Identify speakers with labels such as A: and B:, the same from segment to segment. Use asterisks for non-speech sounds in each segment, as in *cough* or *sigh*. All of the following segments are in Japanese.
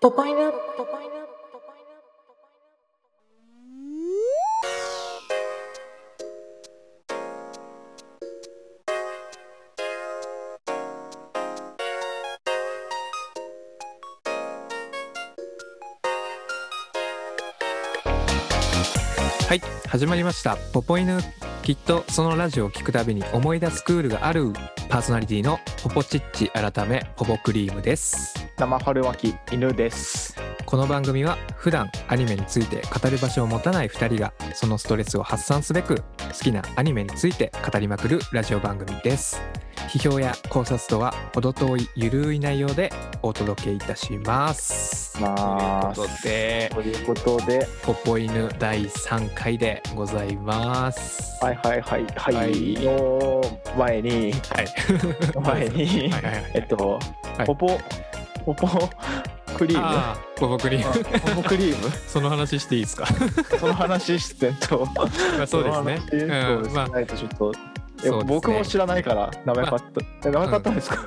A: ポパイナ
B: はい始まりました「ポポイヌ」きっとそのラジオを聞くたびに思い出すクールがあるパーソナリティのポポチッチ改めポポクリームです
C: 生春巻き犬です。
B: この番組は普段アニメについて語る場所を持たない2人がそのストレスを発散すべく好きなアニメについて語りまくるラジオ番組です批評や考察とは程遠いゆるい内容でお届けいたします
C: まあ
B: ということで
C: ということで、
B: 「ポポイヌ」第3回でございます
C: はいはいはいはい、
B: はい
C: の *laughs* 前に
B: はい
C: 前に、
B: はいはいはい
C: えっと、
B: はい
C: ポポポポクリームあ
B: あーポポクリーム
C: ポポクリーム
B: *laughs* その話していいですか
C: その話してんと
B: まあ *laughs* そうですね
C: その話
B: う
C: そうん
B: まあ
C: ないとちょっと。いや
B: そうですね
C: 僕も知らないから名前買った、え名前買ったんですか、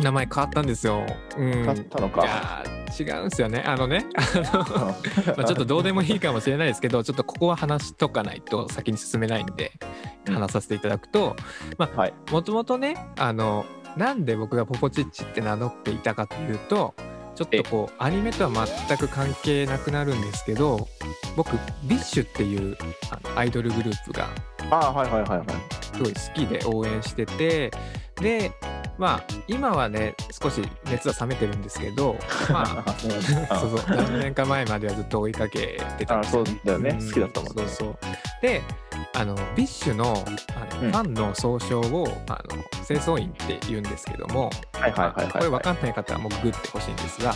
B: 名前変わったんですようん
C: 買ったの
B: い
C: か、
B: やー違うんですよねあのね *laughs* あの
C: うん
B: まあ、ちょっとどうでもいいかもしれないですけどちょっとここは話しとかないと先に進めないんで
C: うん
B: 話させていただくと
C: はい
B: もともとねあのなんで僕がポポチッチって名乗っていたかというとちょっとこうアニメとは全く関係なくなるんですけど僕ビッシュっていうあのアイドルグループが
C: あーはいはいはいはい
B: すごい好きで応援しててでまあ今はね少し熱は冷めてるんですけどまあ
C: *laughs* あ
B: そうそう何年か前まではずっと追いかけてたん
C: あ
B: です
C: そ
B: よ
C: うだよね、
B: うん
C: 好きだったもん
B: そ
C: ね
B: うそうであのビッシュのあの、
C: うん
B: ファンの総称をあの清掃員って言うんですけども、
C: はいはいはいはい、
B: これ分かんない方はもうググってほしいんですが、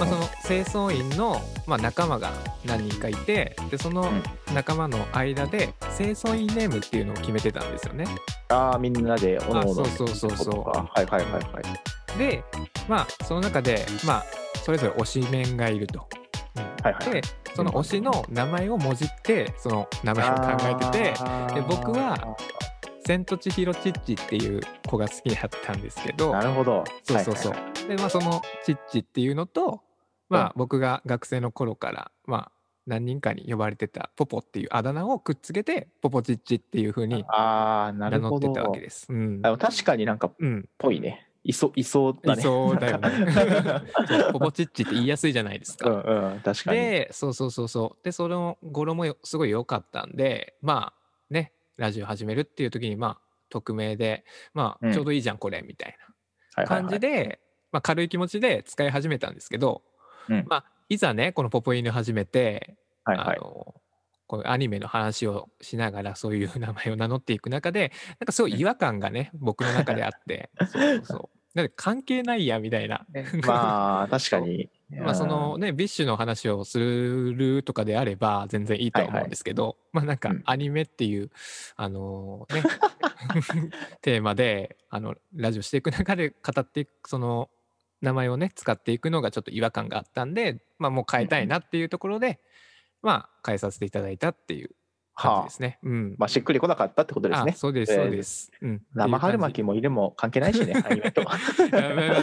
B: まあ、その清掃員の、まあ、仲間が何人かいてでその仲間の間で清掃員ネームっていうのを決めてたんですよね。
C: ああみんなでおのおの
B: あそうそうそうそう
C: はいはいはいはい
B: でまあその中で、まあ、それぞれ推しメンがいると。
C: はいはい
B: でその推しの名前をもじってその名前を考えてて。で僕は「千と千尋チッチ」っていう子が好きだったんですけど
C: なるほど
B: そうそうそう、
C: はいはい
B: でまあそのチッチっていうのとま
C: うん
B: あ僕が学生の頃からまあ何人かに呼ばれてたポポっていうあだ名をくっつけてポポチッチっていう風に
C: ああな
B: 名
C: る
B: 乗
C: ほ
B: って
C: ど
B: たわけです。うん
C: あ、でも確かになんか
B: うん、
C: ぽいねいそいそうだね
B: いそうだよね *laughs*
C: *laughs* なんか
B: そうポポチッチって言いやすいじゃないです
C: う
B: か。
C: んうん確かに
B: でそうそうそうそうでその語呂もよすごい良かったんでまあねラジオ始めるっていう時にまあ匿名でま
C: う
B: あ
C: ん
B: ちょうどいいじゃんこれみたいな。
C: はいはいは
B: 感
C: い
B: じで、まあ、軽い気持ちで使い始めたんですけど、
C: うん
B: まあ、いざねこの「ポポイヌ」始めて、
C: はいは
B: あ
C: い
B: のこういうアニメの話をしながらそういう名前を名乗っていく中でなんかすごい違和感がね僕の中であって
C: *laughs*
B: そうそうそうなんで関係ないやみたいな。
C: まあ確かに
B: *laughs* まあそのね、ビッシュの話をするとかであれば全然いいとは思うんですけど、まあなんか
C: うん
B: アニメっていう、あの
C: *laughs*
B: ねテーマであのラジオしていく中で語っていくその名前をね使っていくのがちょっと違和感があったんで、まあ、もう変えたいなっていうところで、まあ変えさせていただいたっていう感じ
C: は
B: で
C: あ
B: すね。うん
C: まあしっくりこなかったってことです
B: あ
C: ね
B: そうですそうです。うん、
C: 生春
B: 巻き
C: 巻きもいるも関係ないしねアニメ
B: *laughs*
C: と
B: いやまあまあまあ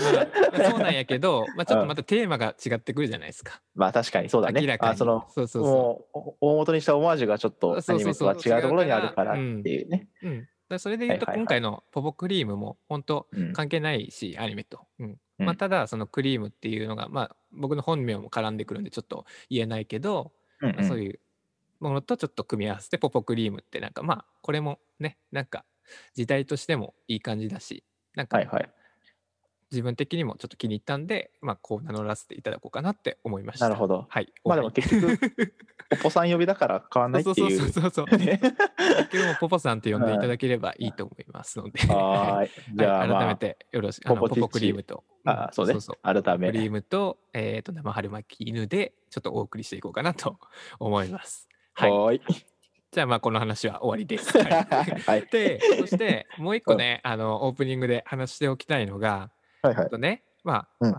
B: そうなんやけど、まあ、ちょっとまたテーマが違ってくるじゃないですか。
C: *laughs* まあ確かにそうだね
B: 明らか
C: あ
B: に。
C: その
B: そうそうそう。
C: もうお大元にしたオマージュがちょっとア
B: そう
C: ニ
B: そう
C: メと
B: そう
C: は違うところにあるからっ
B: 違うからうん
C: ていうね
B: うん、だからそれで言うと
C: はいはいは
B: 今
C: い
B: 回の「ポポクリーム」も本当
C: うん
B: 関係ないし、アニメと、うん
C: うん
B: まあ、ただそのクリームっていうのが、まあ、僕の本名も絡んでくるんでちょっと言えないけど、
C: うん
B: まあそういうものとちょっと組み合わせて「ポポクリーム」ってなんかまあこれもねなんか時代としてもいい感じだしなん
C: はい
B: か
C: はい。
B: 自分的にもちょっと気に入ったんで、まあ、こう名乗らせていただこうかなって思いました。
C: なるほど。
B: はい、
C: まあでも結局、お子さん呼びだから変わんないってい
B: そう
C: う。
B: そうそうそうそう *laughs*
C: *laughs* ね
B: 今日もポポさんって呼んでいただければいいと思いますので、
C: はーい。じゃ
B: は
C: あ、
B: い
C: まあ、
B: 改めてよろしく、あの
C: ポ
B: ポポ
C: ポチッチ
B: クリームと、
C: あーそうね
B: そうそう
C: 改め
B: クリームと、えっ、と、生春巻き犬で、ちょっとお送りしていこうかなと *laughs* 思います。はい。
C: はーい。
B: じゃあ、まあ、この話は終わり
C: *laughs*
B: です。はい、
C: はい。
B: で、そして、もう一個ね、あの、オープニングで話しておきたいのが、
C: はいは
B: あ
C: い。
B: とね、まあ、
C: うん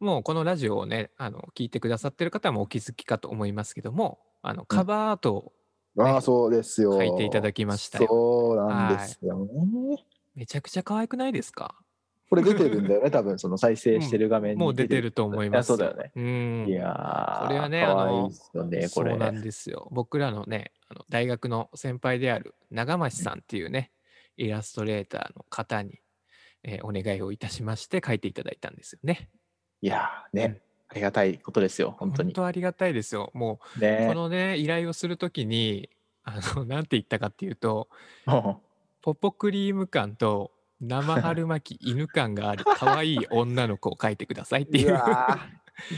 B: もうこのラジオをね、あの、聞いてくださってる方もお気づきかと思いますけども、あの、カバーアートを
C: ああ、そうですよ。
B: 書いていただきましたよ
C: そうなんですよね。
B: めちゃくちゃ可愛くないですか
C: これ出てるんだよね、多分その再生してる画面に、
B: もう出てると思います。
C: そうだよね。
B: うん。
C: いやー、
B: これはね
C: か
B: あ
C: わいい
B: の
C: っすよね、これ。
B: そうなんですよ。僕らのね、あの大学の先輩である長町さんっていうね、イラストレーターの方に、えーお願いをいたしまして書いていただいたんですよね。
C: いやー、ね、ありがたいことですよ、本当に。
B: ありがたいですよ。もう、こ
C: ね。
B: のね、依頼をするときに、 *laughs* あの、なんて言ったかっていうと、
C: *laughs*
B: ポポクリーム感と生春巻き犬感がある可愛い女の子を描いてくださいっていうう。
C: *laughs* わ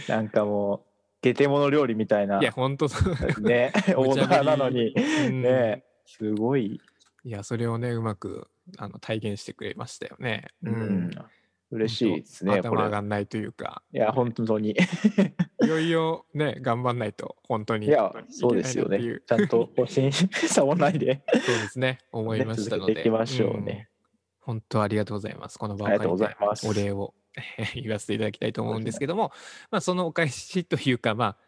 C: ーなんかもう、ゲテモノ料理みたい
B: *laughs*
C: な。
B: いや、ほんとそう。
C: ね、オ
B: *laughs* 無茶ぶり
C: ーダーなのに。
B: うん
C: ね、すごい、
B: いや、それをね、うまくあの体現してくれましたよね。
C: うん、嬉しいです
B: ほ
C: ね、
B: んと
C: こ
B: 頭上が
C: れ。
B: んないというか、
C: いや、本当に。
B: いよいよね、 *laughs* 頑張んないと、本当に。
C: いや、そうですよね。
B: いけないな
C: ちゃん *laughs* と更新さもないで。
B: っていうそうですね、思いましたので。
C: 続けていきましょうね
B: うん。本当ありがとうございます。この場を
C: ありがとうございます
B: お礼を *laughs* 言わせていただきたいと思うんですけども、まあ、そのお返しというか、まあ、と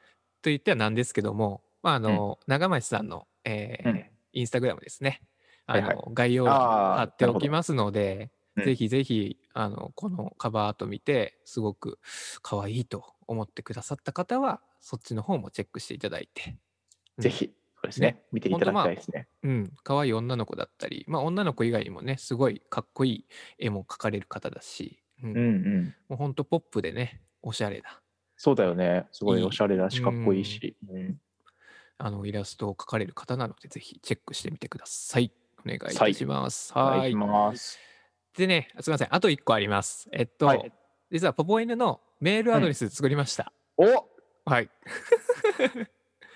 B: 言ってはなんですけども、まあ、あの、長町さんの、えー
C: うん
B: インスタグラムですね、あ
C: はい
B: の、
C: はい
B: 概要欄に
C: あー
B: 貼っておきますので、
C: なるほどうん
B: ぜひぜひ、あの、このカバーアート見て、すごく可愛いと思ってくださった方は、そっちの方もチェックしていただいて、うん
C: ぜひ、そうですね、見ていただきたいですね。
B: うん、可愛い女の子だったり、まあ、女の子以外にもねすごいかっこいい絵も描かれる方だし、うん
C: うんうん。
B: もうほんとポップでねおしゃれな
C: そうだよね。すご
B: い
C: い
B: い
C: おしゃれだし、かっこいいし。うん
B: あのイラストを描かれる方なのでぜひチェックしてみてください。お願いい
C: は
B: た
C: い
B: します。
C: お
B: は
C: 願い
B: い
C: します。
B: でねすみませんあと1個あります。えっと、
C: はい
B: 実はポポ犬のメールアドレス作りました。
C: お
B: はい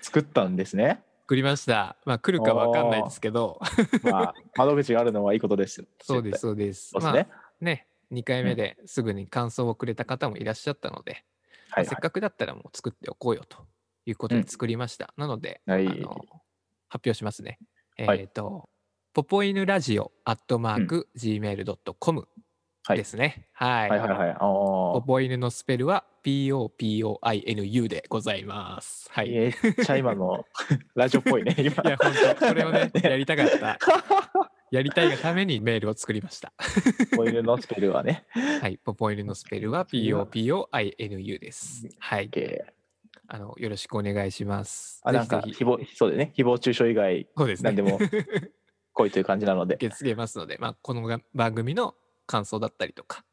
C: 作ったんですね。
B: 作りました。まあ来るかわかんないですけど *laughs*
C: まあ、窓口があるのはいいことですよ。
B: そうです
C: 絶
B: そうです。
C: 対。そう
B: ま
C: です
B: あ
C: ね。
B: ね2回目ですぐに感想をくれた方もいらっしゃったので。
C: はい
B: せっ
C: は
B: かくだったらもう作っておこうよということ
C: う
B: で
C: ん
B: 作りました。なので、
C: はい
B: あの発表しますね。えっ、
C: はい
B: と、ポポイヌラジオアットマーク gmail.com
C: はい
B: ですね。はい。
C: い。はいはいはい。あ
B: ポ
C: ー
B: ポイヌのスペルは POPOINU でございます。はい。い
C: めっちゃ今の *laughs* ラジオっぽいね、今。
B: や、本当これを
C: *laughs*
B: ね、やりたかった。やりたいがためにメールを作りました。
C: オイルのスペルはね。
B: はい。ポポイヌのスペルは POPOINU です。はい。
C: OK
B: あの、よろしくお願いします。
C: あ、
B: ぜ
C: なん
B: ひ
C: か、
B: ぜひ
C: 誹謗、そうだね。誹謗中傷以外、
B: そうですね。
C: 何でも来いという感じなので
B: *laughs* 受。け付けますので、まあ、このが番組の感想だったりとか、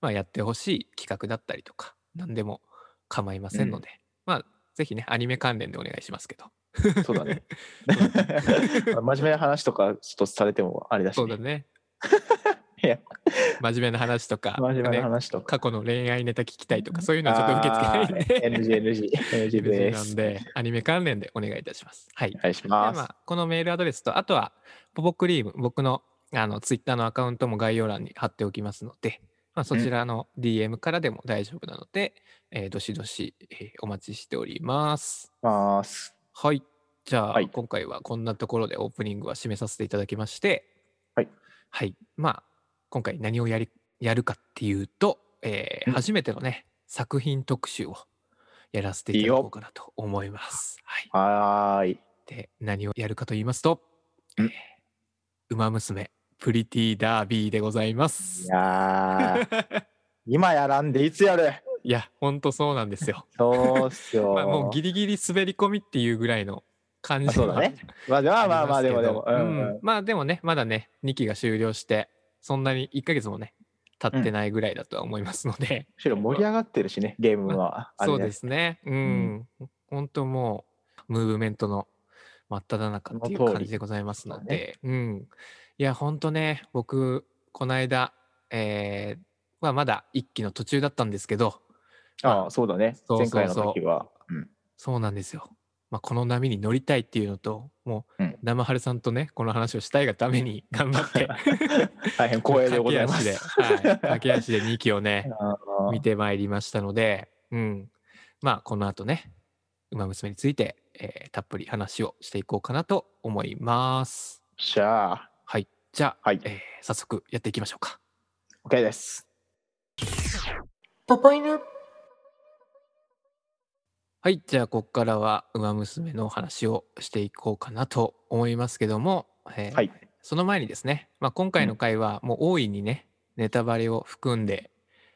B: まあ、やってほしい企画だったりとか何でも構いませんので、まあぜひねアニメ関連でお願いしますけど
C: そうだね。 *laughs* 真面目な話とか、ちょっとされてもあれだし
B: そう
C: ね、
B: だね
C: *laughs* いや
B: 真面目な話とか
C: 真面目な
B: ね
C: 話とか。
B: 過去の恋愛ネタ聞きたいとかそういうのはちょっと受け付けないんで
C: NG、NG、NG
B: NG
C: で
B: な
C: す。
B: んでアニメ関連でお願いいたしますはい
C: お願いし
B: で
C: ま。
B: ますあ、このメールアドレスとあとはポポクリーム僕のあのツイッターのアカウントも概要欄に貼っておきますので、まあ、そちらの DM からでも大丈夫なので、えーどしどし、えーお待ちしております
C: ます
B: はいじゃあ、
C: はい
B: 今回はこんなところでオープニングは締めさせていただきまして
C: はい、
B: はい、まあ今回何をやりやるかっていうと、えー
C: うん
B: 初めてのね作品特集をやらせていただこうかなと思いますはい
C: はーい。
B: で何をやるかと言いますと
C: ん
B: 「ウマ娘プリティダービー」でございま
C: い
B: す。
C: や
B: *laughs*
C: ー今やらんでいつやる
B: いやほんとそうなんですよ。
C: *laughs* そうっすよ。
B: まあ、もうギリギリ滑り込みっていうぐらいの感
C: あ
B: じ
C: そうだね。まあまあまあまあ、でもでも。
B: う
C: うんんうん
B: まあでもねまだね2期が終了してそんなに1ヶ月もね経ってないぐらいだとは思いますので、
C: むしろ盛り上がってるしね、ゲームは。あれ
B: *laughs* そ
C: ね
B: うで。すねうん、ほんともうムーブメントの真っ只中っていう
C: その通り
B: 感じでございますので、うんいやほんとね僕この間、えーはまだ一期の途中だったんですけど
C: ああ、そうだね。
B: そうそう
C: 前
B: そう
C: 回の時は。うん
B: そうなんですよ、まあ、この波に乗りたいっていうのともう、
C: うん
B: 生春さんとねこの話をしたいがために頑張って
C: *laughs* 大変光栄でございます。
B: 駆け足で、はい、駆け足で2期を
C: *laughs*
B: ね
C: あー
B: 見てまいりましたので、うん、まあこの後ね「ウマ娘」について、えーたっぷり話をしていこうかなと思います。
C: しゃあ、
B: はい、じゃあ、
C: はい
B: えー早速やっていきましょうか。
C: OK です。
A: ポポイヌ
B: はい、じゃあここからは「ウマ娘」のお話をしていこうかなと思いますけども、えー
C: はい。
B: その前にですね、まあ、今回の回はもう大いにね、ネタバレを含んで、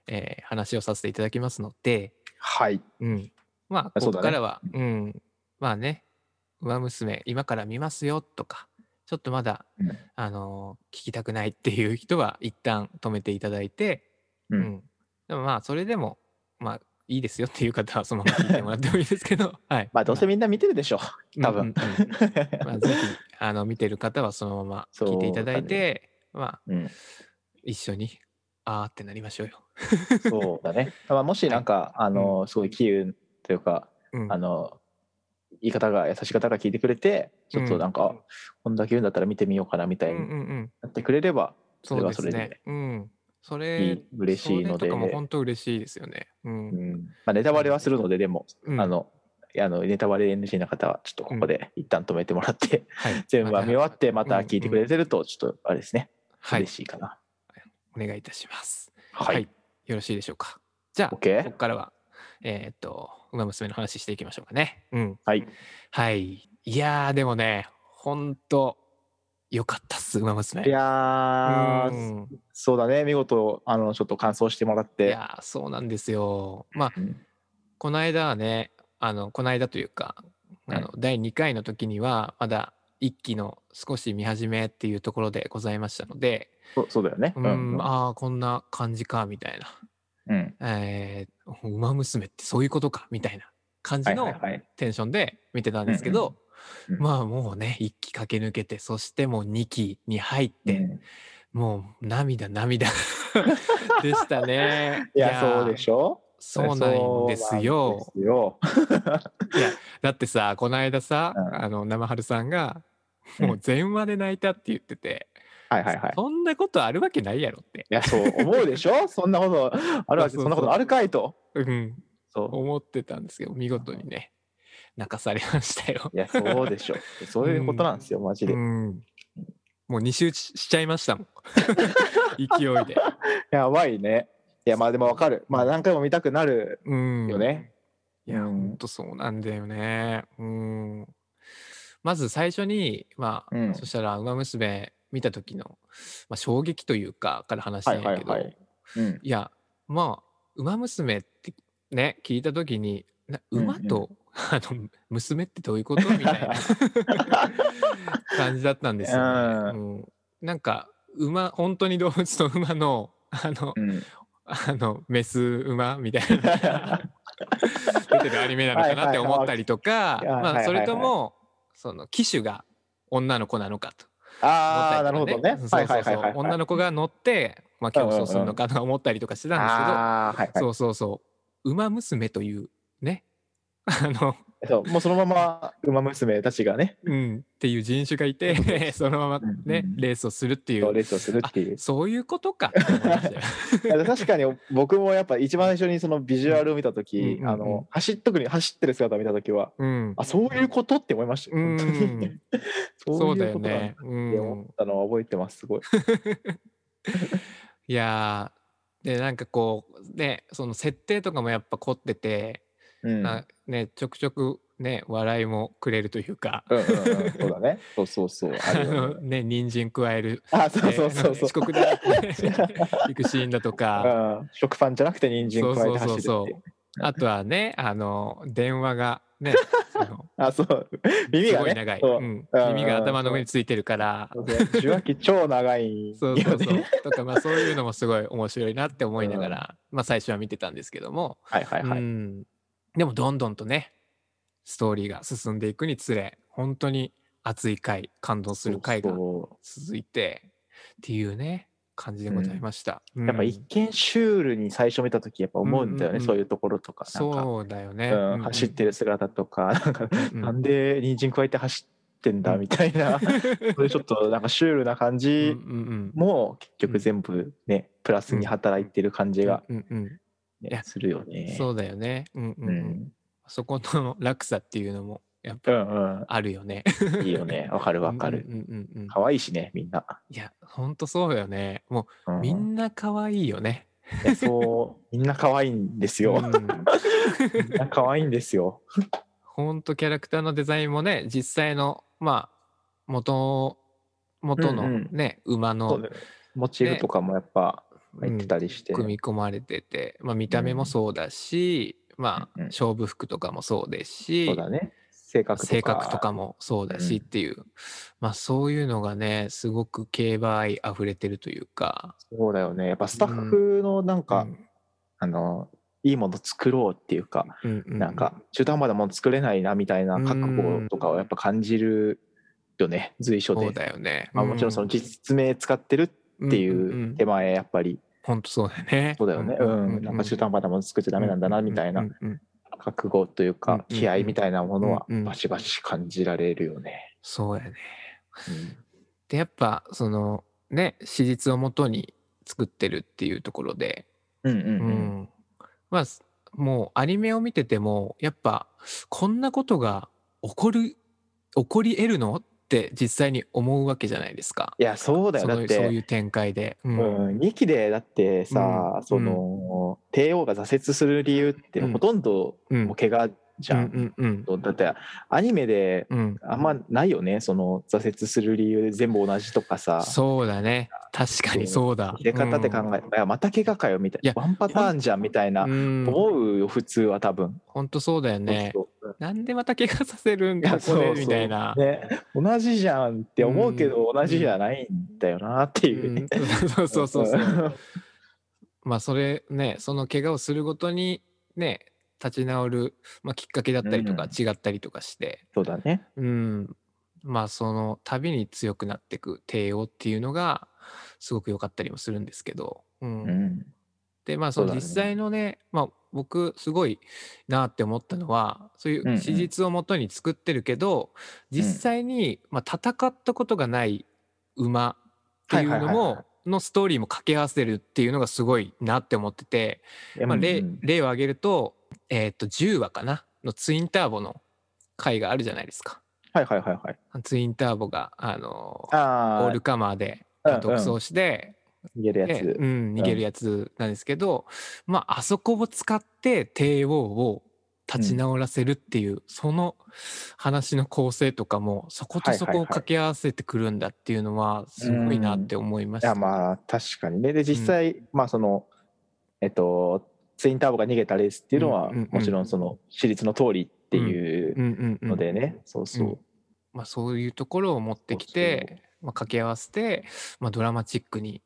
B: えー話をさせていただきますので、
C: はい。
B: うん、まあ
C: あ
B: こ
C: そう
B: こか
C: だね
B: らはう、ん、まあね「ウマ娘今から見ますよ」とかちょっとまだ、
C: うん
B: あのー聞きたくないっていう人は一旦止めていただいて、
C: うん
B: でもまあそれでもまあいいですよっていう方はそのまま聞いてもらってもいいですけ
C: *laughs*
B: ど、はい、
C: まあ、どうせみんな見てるでしょ。多分
B: うんうんうんまあ、ぜひあの見てる方はそのまま聞いていただいて、まあ
C: *laughs* うん、
B: 一緒にあーってなりましょうよ。
C: そうだね。まあ、もしなんか、あの、すごいキーウというか、
B: うん
C: あの、言い方が、優しい方が聞いてくれて、ちょっとなんか、
B: うん
C: あこんだけ言うんだったら見てみようかなみた
B: う
C: い
B: ん
C: に
B: うんうん
C: なってくれれば、そ
B: そう
C: れ
B: で
C: は
B: す
C: それで
B: ね。うん。それ、
C: いい嬉しいの
B: そ
C: で
B: れとかも本当嬉しいですよね。う。
C: うんんまあ、ネタバレはするので、でも、
B: うん
C: あ、の、あのネタバレ NG な方は、ちょっとここで一旦止めてもらって、 *laughs*
B: はい、
C: 全部は見終わって、また
B: うん
C: 聞いてくれてると、ちょっとあれですね、
B: はい
C: 嬉、しいかな。
B: お願いいたします。
C: はい。
B: よろしいでしょうか。じゃあ、
C: OK
B: ここからは、えーっと、馬娘の話していきましょうかね。うん。
C: はい。
B: はい。いやー、でもね、本当よかったっす、馬娘。
C: いやー、
B: うん
C: そうだね、見事、あの、ちょっと感想してもらっ
B: い
C: て。
B: やーそうなんですよ。まあ、
C: うん
B: この間はねあのこの間というかあの、第2回の時にはまだ1期の少し見始めっていうところでございましたので
C: そうそうだよね。
B: うんああこんな感じかみたいな
C: うん
B: 「えー、ウマ娘ってそういうことか」みたいな感
C: は
B: じ
C: いは
B: の
C: いはい。
B: テンションで見てたんですけど、
C: うんうんうん
B: まあもうね1期駆け抜けてそしてもう2期に入って、
C: うん
B: もう涙
C: *laughs*
B: 涙でしたね。
C: いや、そうでし
B: ょ
C: ょ
B: そうなんですよ。
C: そうなんですよ
B: だってさこの間さ、
C: うん
B: あの生春さんが
C: うん
B: もう全話で泣いたって言ってて、
C: はいはいはい。
B: そんなことあるわけないやろって、
C: いや、そう思うでしょ *laughs* そんなことあるわけ、
B: そうそうそう
C: そんなことあるかいと。
B: うん、
C: そ
B: 思ってたんですけど見事にね泣かされましたよ
C: う。い。や、そうでし
B: *laughs*
C: ょ。そういうことなんですよ、マジ
B: う
C: で。い
B: ん、もう2周ししちゃいましたも
C: *laughs*
B: ん勢いで。
C: やばいね。いや、まあでもわかる。まあ何回も見たくなる
B: うん、
C: よね。
B: いや、
C: うん
B: ほんとそうなんだよね。うん。まず最初に、まあ、
C: うん
B: そしたら、馬娘見た時の、まあ、衝撃というか、から話した
C: はい
B: んや
C: はい
B: けど、
C: はいい。うん。
B: や、まあ、馬娘ってね、聞いた時に、な
C: うんうん
B: 馬と、あの、娘ってどういうことみたいな感じだったんですよね。うん、なんか、馬、本当に動物と馬の、あの、 *laughs*
C: うん
B: あのメス馬みたいな出てるアニメなのかなって思ったりとか
C: はいはいはい
B: ま
C: は
B: あ
C: い
B: それともその機種が女の子なのかと思っ
C: あ
B: た
C: あ、なる
B: り
C: ほ
B: とか
C: どね。
B: そ
C: は
B: う
C: いは
B: そう
C: い
B: そ
C: はいは
B: う
C: い。
B: 女
C: の
B: の子が乗ってまあ競争するのかなと思ったりとかしてたんですけど
C: ああ、はいはい。
B: そうそうそう馬娘というねあの
C: そう、もうそのまま馬娘たちがね、
B: うんっていう人種がいてそのままね
C: うんうん
B: レースをするってい
C: レ
B: う
C: ースをするっていう。
B: そういうこと
C: *laughs*
B: かって思いましたよ
C: いや確かに僕もやっぱ一番最初にそのビジュアルを見た時、
B: うん
C: あ
B: うんうんうん
C: の走っ特に走ってる姿を見た時は、
B: うん
C: あそういうことって思いました
B: う
C: よ。本当に
B: んそうだよね。う
C: そういうことなんだって思
B: ん
C: ったのは覚えてます。すごい。
B: いやーでなんかこうねその設定とかもやっぱ凝ってて、
C: うん。うんうん
B: なね、ちょくちょくね笑いもくれるというか、
C: うんそうだね。そうそうそう。あ
B: あ
C: るよ
B: の
C: ね
B: *laughs* ね人参加える、
C: あ、そうそうそう
B: ね
C: そう。
B: 遅刻で *laughs* 行くシーンだとか
C: うん、食パンじゃなくて人
B: そ
C: 参
B: う
C: 加
B: そ
C: えて
B: う
C: 走
B: そうそ
C: るっていうう。
B: あとはねあの電話が
C: *laughs*
B: ねその
C: あ、そう。耳
B: す
C: が
B: ごい
C: ね。
B: 長い、
C: そううんうん
B: 耳が頭の上についてるから。
C: 受話器超長い
B: そ
C: よ
B: うそうそう
C: ね。
B: とかまあそういうのもすごい面白いなって思いながら、まあ最初は見てたんですけども、
C: はいはいは
B: う
C: い。
B: ん、でもどんどんとねストーリーが進んでいくにつれ本当に熱い回感動する回が
C: そうそ
B: 続いてっていうね感じでございました、
C: うやっぱ一見シュールに最初見た時やっぱ思うんだよね、
B: うんうんうん
C: そういうところとかなんか
B: そうだよね、
C: うん、走ってる姿とか、なんか、
B: うん
C: なんで人参加えて走ってんだ
B: うん
C: みたいな、 *laughs* そういうちょっとなんかシュールな感
B: うん
C: じ
B: うん
C: も結局全部ね、プラスに働いてる感じ
B: うん
C: が、
B: うんうん
C: ね
B: いや
C: するよ
B: うん
C: ね。
B: そうだよねうんうんう
C: う
B: ん、
C: ん、
B: そこの落差っていうのもやっ
C: う
B: ぱ
C: ん、
B: あるよね
C: うん、いい
B: *laughs*
C: よね。わかるわかる。
B: うんうんうんうん
C: 可愛いしね、みんな。
B: いやほんとそうよねも
C: う
B: うみんな可愛いよね、
C: いやそう、みんな可愛いんです
B: *laughs* う
C: よ。
B: ん
C: みんな可愛いんですよ。
B: ほんとキャラクターのデザインもね実際のまあ元元
C: うんう
B: の
C: ん
B: ね、馬
C: そ
B: の
C: うだよねモチーフとかもやっぱ、入ってたりして。
B: 組み込まれてて、まあ、見た目もそうだし、ま
C: うん
B: あ
C: うん
B: 勝負服とかもそうですし、
C: そうだね。性格とか。
B: 性格とかもそうだし
C: う
B: っ
C: ん
B: ていう、まあそういうのがねすごく競馬愛あふれてるというか、
C: そうだよね。やっぱスタッフのなんか、
B: うん
C: あの、いいもの作ろうっていうか、
B: うんう
C: なんか中途半端なもの作れないなみたいな覚悟とかをやっぱ感じるよね、随所
B: そう
C: で。
B: だよね、
C: まあ、もちろんその実名使ってるってい
B: んん
C: ううん手前やっぱり
B: 本当そうだよね
C: そうだよね、うん、なんか中途半端なもの作っちゃダメなんだなみたいな
B: うんうんうん
C: 覚悟という
B: うん
C: か
B: うん
C: 気合みたいなものは
B: うんうん
C: バシバシ感じられるよね。
B: そうやね
C: うん
B: でやっぱそのね史実をもとに作ってるっていうところで
C: うんう
B: うんんまあすもうアニメを見ててもやっぱこんなことが起こる起こり得るのって実際に思うわけじゃないですか。
C: いやそうだよ
B: その
C: だっ
B: そうい
C: て、
B: う展開で。う
C: うんん、2期でだってさ、
B: うん
C: その帝王が挫折する理由って
B: うん
C: ほとんど
B: うん
C: もう怪我じゃん。
B: うんうん
C: だってアニメで
B: うんうん
C: あんまないよねその挫折する理由全部同じとかさ
B: そうだね確かにそうだ。
C: 入れ方って考え、いやまた怪我かよみたい
B: いや
C: なワンパターンじゃんみたいな、
B: うんうん、
C: 思うよ普通は多分。
B: 本当そうだよね。
C: そうそう
B: なんでまた怪我させるん
C: いや
B: だこ
C: そうそ
B: れ
C: う
B: み *laughs* たいな。
C: ね、同じじゃんって思うけど同じじゃないんだよなっていううね
B: ん、 *laughs* そうそうそうそう。
C: ん
B: まあそれねその怪我をするごとにね立ち直る、まあ、きっかけだったりとか
C: うん
B: 違ったりとかして、
C: *laughs* そうだね
B: うんまあその度に強くなっていく帝王っていうのがすごく良かったりもするんですけど、うん
C: うん
B: でまあそ
C: そ
B: の
C: うだ
B: 実
C: ね
B: 際のねまあ僕すごいなって思ったのはそうい
C: んう
B: うん史実をもとに作ってるけど、実際に、まあ、戦ったことがない馬っていうの
C: はいはいはいは
B: ものストーリーも掛け合わせるっていうのがすごいなって思ってて。まあ、例
C: うん
B: 例を挙げると,、えー、と10話かなのツインターボの回があるじゃないですか。
C: はいはいはいはい
B: ツインターボが、あのーオ
C: あ
B: ールカマーで
C: うんうん
B: 独走して、
C: あ言えるや
B: で
C: つ、
B: うん、逃げるやつなんですけど、まあ、あそこを使って帝王を立ち直らせるっていう、その話の構成とかもそことそこを掛け合わせてくるんだっていうのはすごいなって思いまし
C: い
B: た。
C: やまあ確かにねで実際、まあそのえっとツインターボが逃げたレースっていうのは、
B: うんうんうん
C: もちろんその私立の通りっていう
B: うんうんうん
C: のでね、そうそう、
B: うんまあ、そういうところを持ってき
C: そう
B: て、まあ、掛け合わせて、まあ、ドラマチックに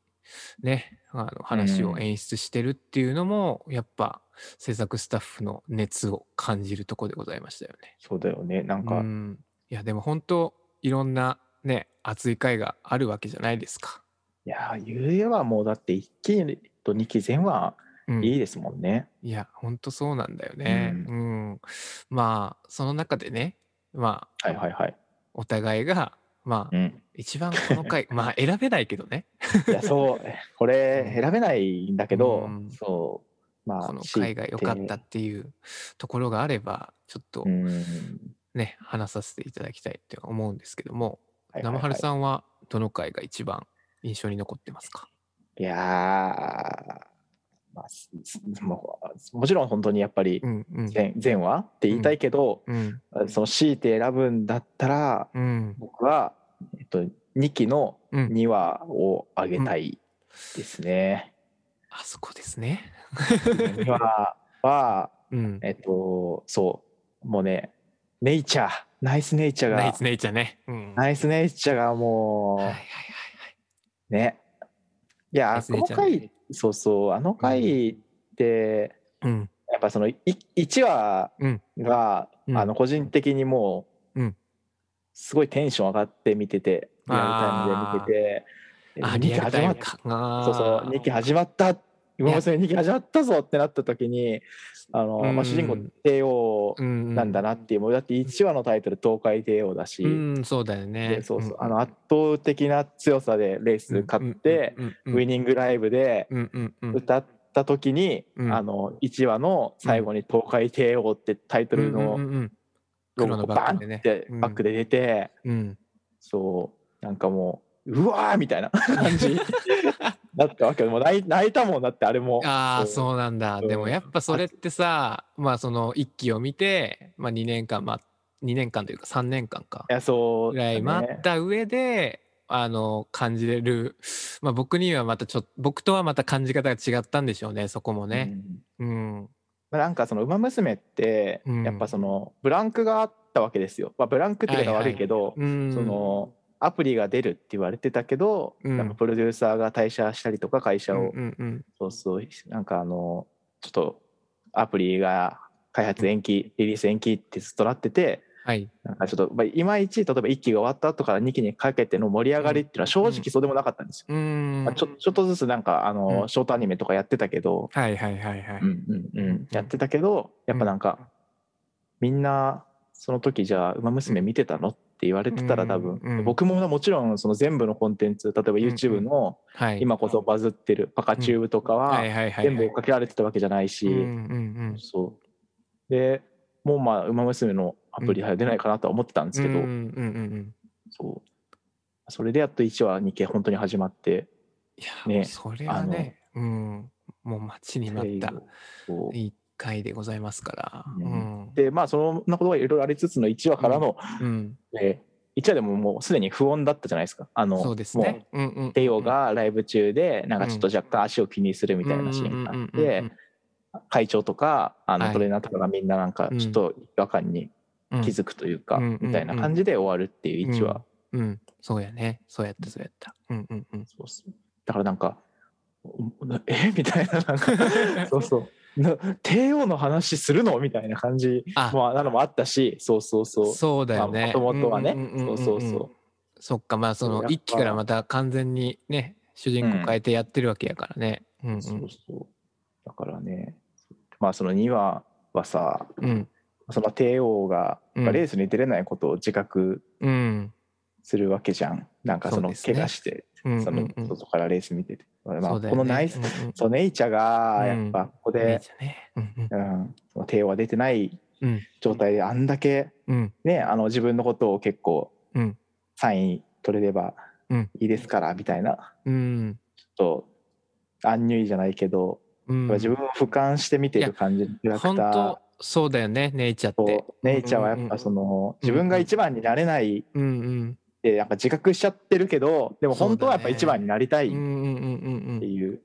B: ねあの話を演出してるっていうのも、やっぱ制作スタッフの熱を感じるところでございましたよね。
C: そうだよねなんか、
B: うん、いやでも本当いろんなね熱い回があるわけじゃないですか。
C: いやー言えばもうだって1期と2期前は
B: うん、
C: いいですもんね、
B: いや本当そうなんだよね。
C: う
B: うんまあその中でねまあ
C: はいはいはい、
B: お互いがまあ
C: うん、
B: 一番この
C: *laughs*
B: 回まあ選べないけどね
C: いやそう
B: *laughs*
C: これ選べないんだけど、
B: うん
C: そうまあ
B: この回が良かったっ、ていうところがあればちょっと
C: 強いてうん
B: ね、話させていただきたいって思うんですけども、
C: はいはいはい
B: 生春さんはどの回が一番印象に残ってますか
C: いやーまあすすもうもちろん本当にやっぱり
B: うんうん
C: 前前話って言いたいけど、
B: うん
C: その強いて選ぶんだったら
B: うん
C: 僕は、えっと、2期の
B: うん
C: 2話をあげたいですね。
B: あそこですね。
C: 2話は
B: うん、
C: えっと、そう、もうね、ネイチャー、ナイスネイチャーが、
B: ナイスネイチャーね。うん、
C: ナイスネイチャーがもう、
B: はいはいはい
C: ね。いや、
B: ナイ
C: あ
B: スネイ
C: の
B: チャーね
C: 回、そうそう、あの回って、
B: はい。うん
C: やっぱそのい1話
B: うん
C: が、
B: うん
C: あの個人的にもう、
B: うん
C: すごいテンション上がって見てて、リアルタイムで見てて、
B: あ
C: 2期
B: リアル
C: 始
B: タイ
C: ま
B: ム
C: っ
B: か。
C: た、
B: あ
C: そうそう、2期始まった、今娘2期始まったぞってなった時に、あの、
B: う
C: まあ、
B: ん
C: 主人公、帝王、
B: うん
C: なんだ
B: な。
C: なっていう、もうだって1話のタイトル「東海帝王」だし、
B: うんそうだよね
C: で。そうそう、
B: ん
C: あの圧倒的な強さでレース勝って、、
B: うんうん
C: ウィニングライブで
B: うんうんうん
C: 歌った時に、
B: うん
C: あの1話の最後に「東海帝王」ってタイトル
B: うん
C: の
B: うんうん
C: ロ
B: 黒
C: ゴ
B: の
C: が
B: バ
C: バ
B: ッ
C: ン
B: クでね
C: って
B: うん
C: バックで出て、
B: うん
C: そうなんかもううわーみたいな *laughs* 感じだったわけでもう泣い泣いたもんだってあれも
B: ああ
C: そう
B: そうなんだ、で
C: う
B: も
C: ん
B: やっぱそれってさまあその一期を見て、まあ、2年間、まあ、2年間というか3年間か
C: いやそう
B: ぐらい待った上で、あの感じれる、まあ、僕にはまたちょっと僕とはまた感じ方が違ったんでしょうねそこもね。
C: うん
B: うん、
C: まあなんかその「ウマ娘」って
B: うん
C: やっぱそのブランクがあったわけですよ。まあ、ブランクって言い方
B: はいは
C: 悪
B: い
C: いけど、
B: うん、
C: そのアプリが出るって言われてたけど、
B: うん
C: やっぱプロデューサーが退社したりとか会
B: う
C: 社
B: ん
C: を
B: うんうん
C: そうそう、なんかあの、ちょっとアプリが開発延期、リリース延期ってずっとなってて、
B: はい
C: なんかちょっと、まあ、いまいち、例えば1期が終わった後から2期にかけての盛り上がりっていうのは正直そうでもなかったんですよ。
B: うん
C: まあ、ちょちょっとずつなんかあの、
B: うん
C: ショートアニメとかやってたけど、
B: はいはいはいはい。
C: うんうんうんやってたけど、やっぱなんか、みんな、その時じゃあ、ウマ娘見てたのって言われてたら多分、
B: うんうん
C: 僕ももちろんその全部のコンテンツ、例えば YouTube の
B: はい、
C: 今こそバズってるパカチューブとかは、
B: はいはいはいはい、
C: 全部追っかけられてたわけじゃないし、
B: うんうん
C: そうでもうまあ「ウマ娘」のアプリは出ないかなとは思ってたんです
B: うん、
C: けど、
B: うんうんうんうん
C: そうそれでやっと1話2期本当に始まって
B: いや、
C: ね
B: それはね、うん、もう待ちに待った
C: そう
B: 一回でございますから。う
C: うん
B: ん
C: でまあそんなことがいろいろありつつの1話からの、
B: うん、
C: えー1話でももうすでに不穏だったじゃないですかあの
B: そうです
C: もう
B: ね。うんうんうん
C: テヨがライブ中でなんかちょっと若干足を気にするみたいなシーンがあって、会長とかあ
B: は
C: の
B: い
C: トレーナーとかがみんななんかちょっと違和感に気づくというか、
B: うん
C: みたいな感じで終わるっていう1話、
B: うん、うん、そうやね。そうやったそうやった。うんうんうん。
C: そうそうだからなんかお *laughs* なえみたいななん
B: *laughs*
C: かそうそうな帝王の話するのみたいな感じ
B: あ
C: まあなのもあったしそうそうそう
B: そうだよね。
C: まあ元々はね
B: うんんんんん
C: そうそうそう。
B: そっか、まあそ
C: そうやっ
B: の
C: ぱ
B: 一期からまた完全にね、主人公変えてやってるわけやからね。うんうん。
C: そうそうだからねまあその2話はさ
B: うん
C: その帝王が
B: うん
C: まあレースに出れないことを自覚
B: うん。
C: するわけじゃんなんかそ
B: そう
C: の
B: ですね
C: 怪我して
B: うんうん
C: その外からレース見てて、ま
B: そ
C: あ、
B: うだよね
C: このナイス
B: うんうん
C: そうネイチャがやっぱここ
B: いい
C: で、
B: じゃんねうん
C: うん、その帝王は出てない
B: うん
C: 状態であんだけ
B: うん
C: ね、あの自分のことを結構
B: うん
C: サイン取れれば
B: うん
C: いいですからみたいな、
B: うん
C: ちょっとアンニュイじゃないけど、
B: うん。
C: 自分を俯瞰して見てる感じのキャラク
B: 本
C: ター
B: 当そうだよね、ネイチャーって
C: と。ネイチャーはやっぱその自分が一番になれないっ
B: うんうん。
C: てなんか自覚しちゃってるけどでも本当はやっぱ一番になりたいっ
B: うんうんうんうんうん
C: て。いう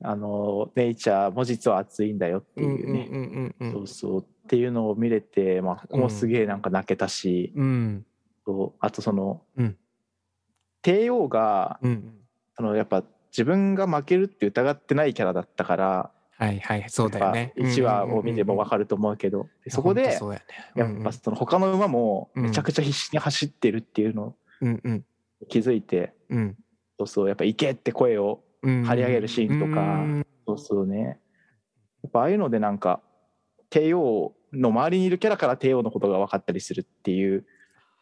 C: あのネイチャーも実は熱いんだよって
B: うん
C: いううね、
B: んうんうんう
C: そ
B: ん
C: うそうっていうのを見れて、まあ、ここもすげえなんか泣けたし。
B: うん
C: とあとその、
B: うん
C: 帝王が
B: うん。
C: そのやっぱ自分が負けるって疑ってないキャラだったから
B: はいはい、そうだ
C: や
B: よ
C: っぱ
B: ね。
C: 1話を見ても分
B: か
C: かると思うけど、でそこで
B: そうや
C: や
B: ね。
C: っぱその他の馬もめちゃくちゃ必死に走ってるっていうのを
B: うんうん
C: 気づいて、
B: うん
C: そうそうやっぱ「行け!」って声を
B: うん。
C: 張り上げるシーンとか、
B: うん
C: そうそうねやっぱああいうのでなんか帝王の周りにいるキャラから帝王のことが分かったりするっていう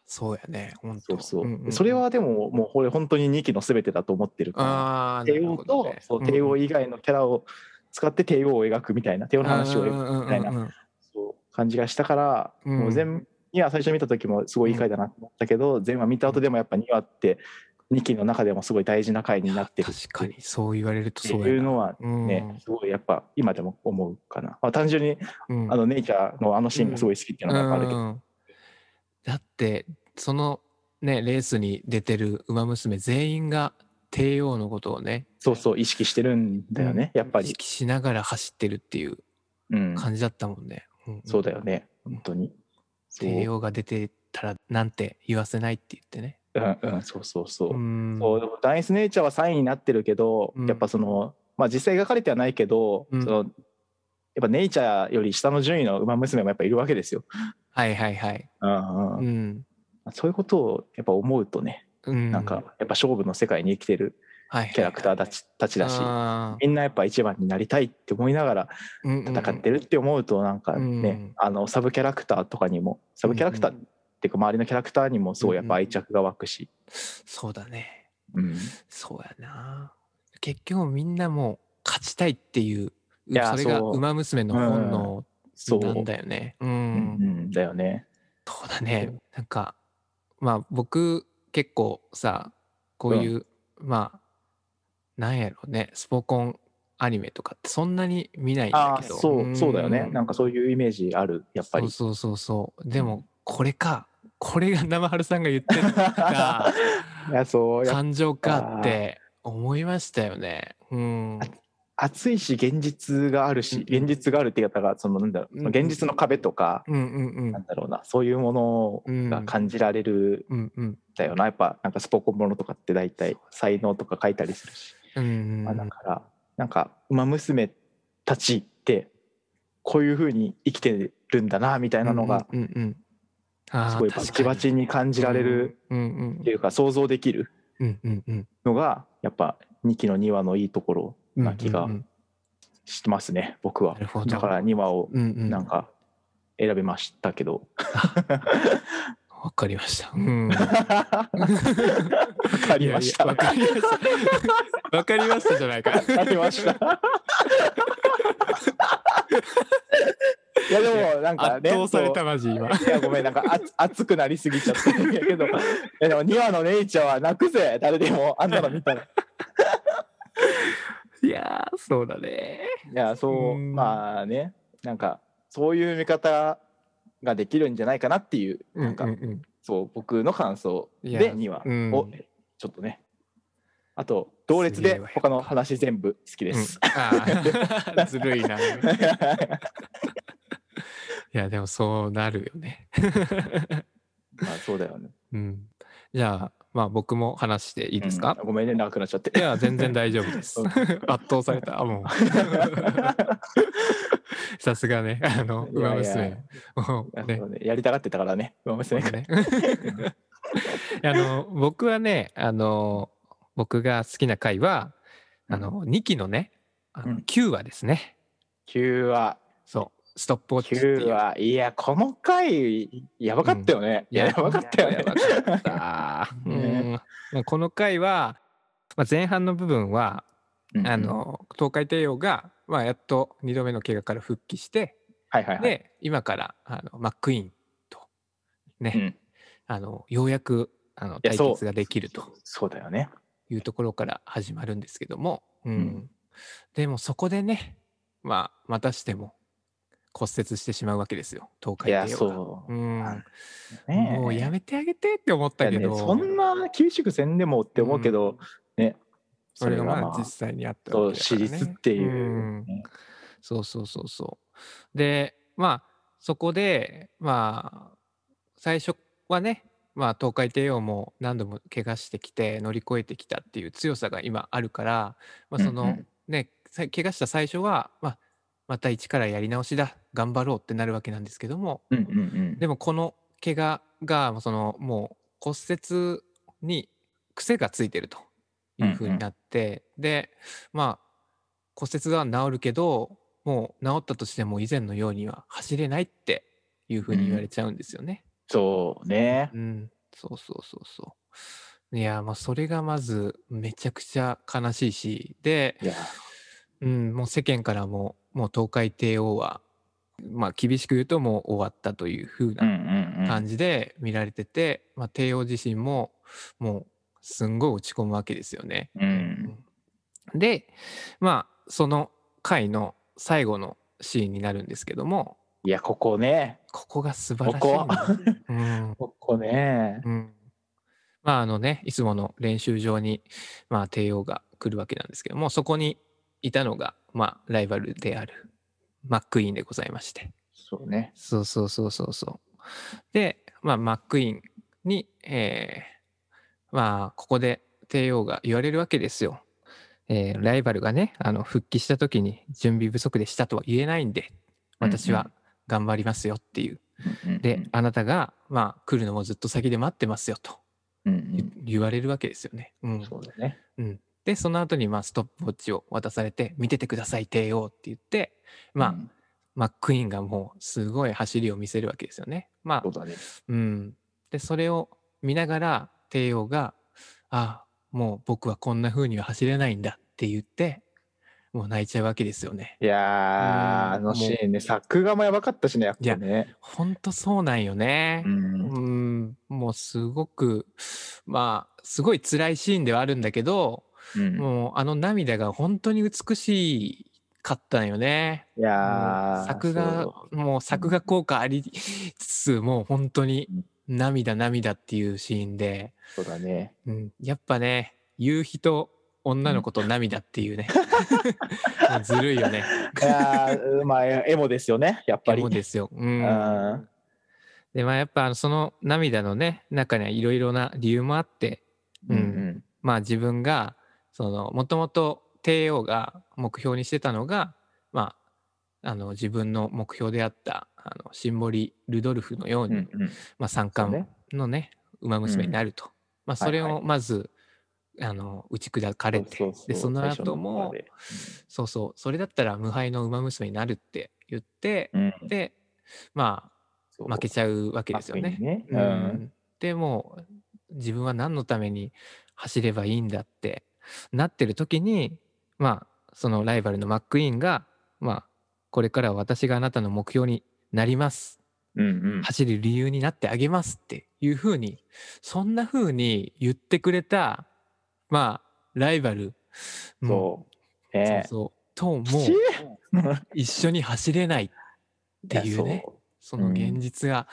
B: そうやね。ほんと
C: そうそう、
B: んんん
C: それはでももうこれ本当に2期の全てだと思ってるから。
B: ああ、
C: 帝王と、そう帝王以外のキャラを使って帝王を描くみたいな帝王の話を描く
B: み
C: たいなそう感じがしたから、
B: うん
C: もう全2話最初見た時もすごいいい回だなと思ったけど、全話見た後でもやっぱ2話って2期の中でもすごい大事な回になってる
B: 確かに、そう言われると
C: って
B: そう
C: いう
B: やな。
C: のはね、
B: ね、
C: すごいやっぱ今でも思うかな、まあ、単純に
B: うん
C: あのネイチャーのあのシーンがすごい好きっていうのがやっぱあるけど、
B: うんだってそのねレースに出てる馬娘全員が帝王のことをね
C: そうそう意識してるんだよね、やっぱ
B: 意
C: り、
B: 識しながら走ってるっていう
C: うん、
B: 感じだったもんね。んん
C: そうだよね本当にそう
B: 帝王が出てたらなんて言わせないって言ってね。
C: うんうんそうそうそう、
B: うん
C: そうでもダイスネイチャーは3位になってるけど、
B: うん
C: やっぱその、まあ、実際描かれてはないけど、
B: うん
C: そのやっぱネイチャーより下の順位の馬娘もやっぱいるわけですよ。
B: はいはいはい。
C: うんう
B: うんん。
C: そういうことをやっぱ思うとね、
B: うん、
C: なんかやっぱ勝負の世界に生きてるキャラクターたち,、たちだしみんなやっぱ一番になりたいって思いながら戦って
B: る。
C: るって思うとなんかね、
B: うん
C: あのサブキャラクターとかにもサブキャラクター
B: う
C: っ
B: んうん
C: ていうか周りのキャラクターにもすごいやっぱ愛着が湧くし。
B: そうだね。
C: うん
B: そうやな。結局みんなもう勝ちたいっていう。
C: いや
B: それが
C: そう
B: 馬娘の本能
C: そう
B: なんだよね。うん。
C: うんうんだよね。
B: そうだね。なんか、まあ僕結構さ、こういう、まあ、なんやろうね、スポコンアニメとかってそんなに見ないんだ
C: ああ
B: けど。
C: そうそうだよね
B: ん
C: なんかそういうイメージあるやっぱり。
B: そうそうそうそう。でも、これか。これが生春さんが言ってた
C: *laughs* いやそうやっぱ
B: 感情かって思いましたよね。うん。
C: 熱いし現実があるし
B: うんうん
C: 現実があるって言い方がそのなんだろ
B: うんう
C: うん現実の壁とか
B: うんうん
C: なんだろうなそういうも
B: うん。うん
C: のが感じられる
B: うんうん。
C: んだよなやっぱなんかスポコンものとかって大体才能とか書いたりするし、
B: うんうん
C: ま
B: う
C: あ、
B: ん
C: だからなんか「ウマ娘たち」ってこういうふうに生きてるんだなみたいなのが
B: うんうんうんあー
C: すごいバ
B: 確かに
C: チバチに感じられる
B: うんう
C: って
B: ん
C: いうか想像できる
B: うんうんうん
C: のがやっぱ2期の2話のいいところ
B: うん
C: な気が
B: うん
C: してますね僕は
B: なるほ。ど
C: だから2話を
B: うんうんうん
C: なんか選びました
B: *laughs*
C: けど。
B: わかりました。うん。わ
C: わかりました。
B: わかりま *laughs* した。わかりましたじゃないか。
C: わかりました。いやでもなんか
B: 圧
C: ね、
B: 倒されたマジ今。
C: そういやごめんなんか熱熱くなりすぎちゃってるんやけど、いやでも2話のネイチャーは泣くぜ誰でもあんなの見たら。い
B: いやーそうだね。
C: やそうう
B: うん
C: まあねなんかそういう見方ができるんじゃないかなっていうなんか
B: うんうんうん
C: そう僕の感想
B: いや
C: で2話
B: うん
C: をちょっとね。あと同列
B: すげえ
C: で
B: わやっぱ
C: 他の話全部好きです。
B: うんあー *laughs* ずるいな。い
C: *laughs*
B: やでもそうなるよね。
C: まあそうだよね。
B: うん。じゃあまあ僕も話していいですか
C: う。んごめんね長くなっちゃって *laughs*
B: い。や全然大丈夫です。
C: うん
B: 圧倒された。あもう。さすがねあの馬娘。もう
C: いや
B: ね
C: そうねやりたがってたからね。馬娘が。
B: ね *laughs* あの僕はねあの僕が好きな回はあの2期のねあ
C: う
B: の
C: ん
B: 9話ですね、
C: 9話。
B: そうストップウォッチっていう
C: 9話。いや、この回、やばかったよね。
B: うん
C: いや、やばかったよね
B: や。ばかった
C: *laughs*
B: うんまあこの回は、まあ、前半の部分は、
C: うん
B: あ、の東海帝王が、まあ、やっと2度目の怪我から復帰して、
C: はいはいはい。
B: で今からあのマックイーンとね、
C: うん
B: あのようやくあの
C: や
B: 対
C: そう
B: 決ができると
C: そうだよね。
B: いうところから始まるんですけども、うん
C: うん
B: でもそこでね、まあ、またしても骨折してしまうわけですよ東
C: い
B: 海
C: や、
B: 帝王が。
C: そ
B: うん
C: あう。ねえ
B: もうやめてあげてって思ったけ
C: いや
B: ど、
C: ねそんな厳しくせんでもって思うけど、ね。
B: それがまあ
C: まあ
B: 実際にあった
C: そう
B: わけだか
C: 私
B: らね
C: 立っていううんね。
B: そうそうそうそう。でまあそこでまあ最初はね、まあ、東海帝王も何度も怪我してきて乗り越えてきたっていう強さが今あるから、まあ、その、
C: うんうん
B: ねさ怪我した最初は、まあ、また一からやり直しだ頑張ろうってなるわけなんですけども
C: うんうんうん。
B: でもこの怪我がそのもう骨折に癖がついてるという風になって、でまあ骨折は治るけどもう治ったとしても以前のようには走れないっていう風に言われちゃうんですよね。
C: そうね
B: う。ん、そうそうそうそう。いやまあそれがまずめちゃくちゃ悲しいしで
C: いや、
B: うん、もう世間からももう東海帝王は、まあ、厳しく言うともう終わったという風
C: うん
B: な
C: うんうん
B: 感。じで見られてて、まあ、帝王自身ももうすんごい落ち込むわけですよね。
C: うん
B: でまあその回の最後のシーンになるんですけども
C: いや、ここね。
B: ここが素晴らしい
C: ここ
B: な、うん
C: ここね。
B: うん、まああのねいつもの練習場に、まあ、帝王が来るわけなんですけどもそこにいたのが、まあ、ライバルであるマックイーンでございまして
C: そうね。
B: そうそうそうそうそうで、まあ、マックイーンに、えーまあここで帝王が言われるわけですよ。えーライバルがねあの復帰した時に準備不足でしたとは言えないんで私
C: うん
B: は頑張りますよっていう。
C: うんうんうん
B: で、あなたが、まあ、来るのもずっと先で待ってますよと
C: うん
B: ゆ言われるわけですよね。うん
C: うん、そうだね。
B: うんでその後にまあストップウォッチを渡されて「見ててください帝王」って言って、まあ
C: うん
B: マックイーンがもうすごい走りを見せるわけですよね。ま
C: そ
B: あ
C: うだね。
B: うん、でそれを見ながら帝王が「ああもう僕はこんな風には走れないんだ」って言ってもう泣いちゃうわけですよね。
C: いやー、あ
B: うん
C: のシーンね、作画もやばかったしね、やっぱね。
B: ほんとそうなんよね。
C: うん
B: うん、もうすごくまあすごい辛いシーンではあるんだけど
C: うん
B: もうあの涙が本当に美しかったんよね。
C: いやー、
B: 作画
C: そ
B: もう作画効果ありつつもう本当に、涙涙っていうシーンで、
C: そうだね。
B: うん、やっぱね夕日と女の子と涙っていうね *laughs* もうずるいよね
C: い *laughs* やーまあエモですよねやっぱり。
B: そうですよ、うん、
C: うん
B: でまあやっぱあのその涙のね中にはいろいろな理由もあって、
C: う
B: うんん
C: うん
B: まあ自分がそのもともと帝王が目標にしてたのがまああの自分の目標であったあのシンボリ・ルドルフのよう
C: うん
B: に、
C: うん
B: まあ、三
C: そう
B: 冠
C: ね
B: のね馬娘になると、まあ、それ
C: はいは
B: をまず、あの打ち砕かれて
C: そうそうそう
B: でその
C: 最初
B: 後
C: の方
B: も
C: で
B: そうそうそれだったら無敗の馬娘になるって言って、
C: うん
B: でま
C: そう
B: あ負けちゃうわけですよね。
C: ねう
B: うんん、でも自分は何のために走ればいいんだってなってる時にまあそのライバルのマック・イーンがまあこれからは私があなたの目標になります
C: うんうん
B: 走る理由になってあげますっていうふうにそんなふうに言ってくれたまあライバルも
C: そう
B: う
C: ね
B: そうとも
C: きち
B: 一緒に走れないって
C: い
B: いう
C: や
B: ねそ
C: そ
B: の現実が、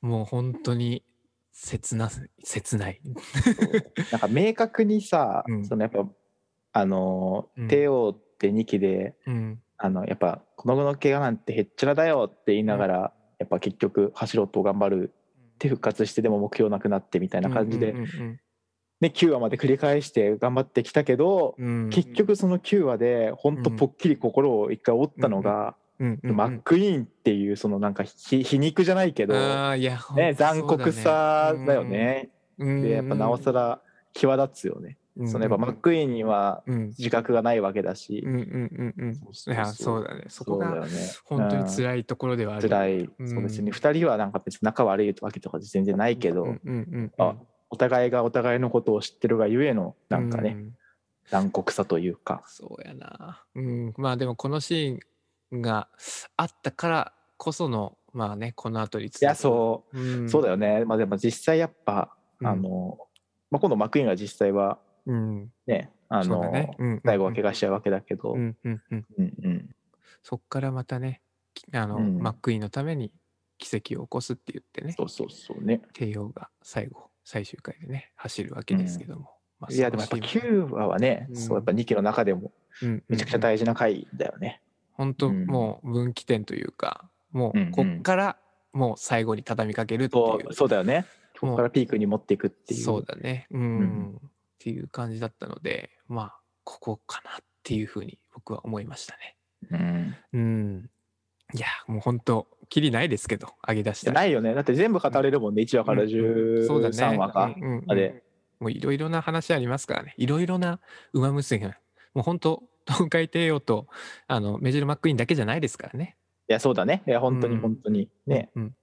B: もう本当に切な切ない。
C: なんか明確にさ、
B: うん
C: そのやっぱあのー
B: うん
C: 帝王って2期で、
B: うん、
C: あのやっぱこの後の怪我なんてへっちゃらだよって言いながら、やっぱ結局走ろうと頑張るで復活してでも目標なくなってみたいな感じで、
B: うんうん
C: ね、9話まで繰り返して頑張ってきたけど、
B: うんうん
C: 結局その9話で本当
B: うん
C: ぽっきり心を一回折ったのが、
B: うんうんうん
C: マック・イーンっていうそのなんかひ皮肉じゃないけど、
B: あーいや
C: ね、残酷さだよ、ね、
B: ほんとそうだねうん
C: でやっぱなおさら際立つよね、
B: うん
C: そのやっぱマック・イーンには
B: うん
C: 自覚がないわけだし、
B: うんうんうんうん
C: そ
B: い
C: うそうそう
B: やそうだねそこ
C: そうだ
B: が
C: よね
B: 本当に
C: い、
B: 辛いところではあ
C: うん
B: る
C: 辛い、
B: うん
C: そう別に2人はなんか別に仲悪いわけとか全然ないけど、
B: うんうんうんうん
C: あお互いがお互いのことを知ってるがゆえのなんかね、
B: う
C: 残酷さというか
B: そうやな。うん、まあでもこのシーンがあったからこその、まあね、この後に、
C: いやそうう、
B: ん、
C: そうだよねまあでも実際やっぱ、
B: うん
C: あの、まあ、今度マクイーンが実際は
B: うん、
C: ねあ
B: そうだ
C: の
B: ねうんうんうん
C: 最後は怪我しちゃうわけだけど、
B: うんうんうん、
C: うんうん
B: そっからまたね、きあの、
C: うん
B: マックイーンのために奇跡を起こすって言ってね
C: そ、うそうそうね
B: 帝王が最後、最終回でね、走るわけですけども。まあ
C: いやでもやっぱ
B: そのシーン
C: 9話はね、
B: うん
C: そうやっぱ2期の中でも
B: うんうんうん
C: めちゃくちゃ大事な回だよね、
B: 本当、
C: うん
B: もう分岐点というか、も
C: うんう
B: うんこっからもう最後に畳みかけるっていう。
C: そうそうだよねこ
B: もう
C: こからピークに持っていくっていう
B: そうだね、うん
C: ん
B: っていう感じだったのでまあここかなっていうふうに僕は思いましたね。
C: うん
B: うん、いやもう本当きりないですけど上げ出し
C: じ
B: た
C: ゃないいよねだって全部語れるもんね1話から
B: そうだね
C: 13話か
B: うんうんうん
C: まで
B: もういろいろな話ありますからねいろいろな馬娘がもう本当東海帝王とあのメジロマックイーンだけじゃないですからね。
C: いやそうだねいや本当に
B: うん
C: 本当にね、
B: うん、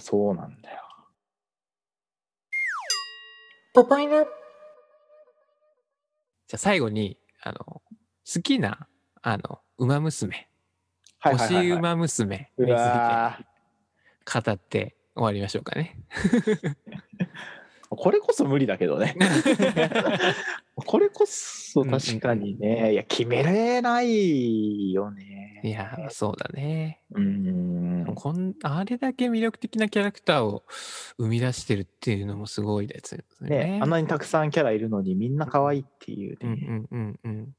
C: そうなんだよ
A: Purpliner.
B: じゃあ最後にあの好きなあの馬娘
C: はいはいはい、
B: 星
C: はい、
B: 馬娘
C: う
B: について
C: わー
B: 語って終わりましょうかね。
C: これこそ無理だけ
B: *laughs*
C: どねこれこそ確かにね、いや決めれないよね
B: いやーそうだね。
C: うん
B: こんあれだけ魅力的なキャラクターを生み出してるっていうのもすごいですよね。
C: ねあんなにたくさんキャラいるのにみんな可愛いっていう
B: うんう
C: ね、
B: んうんうん。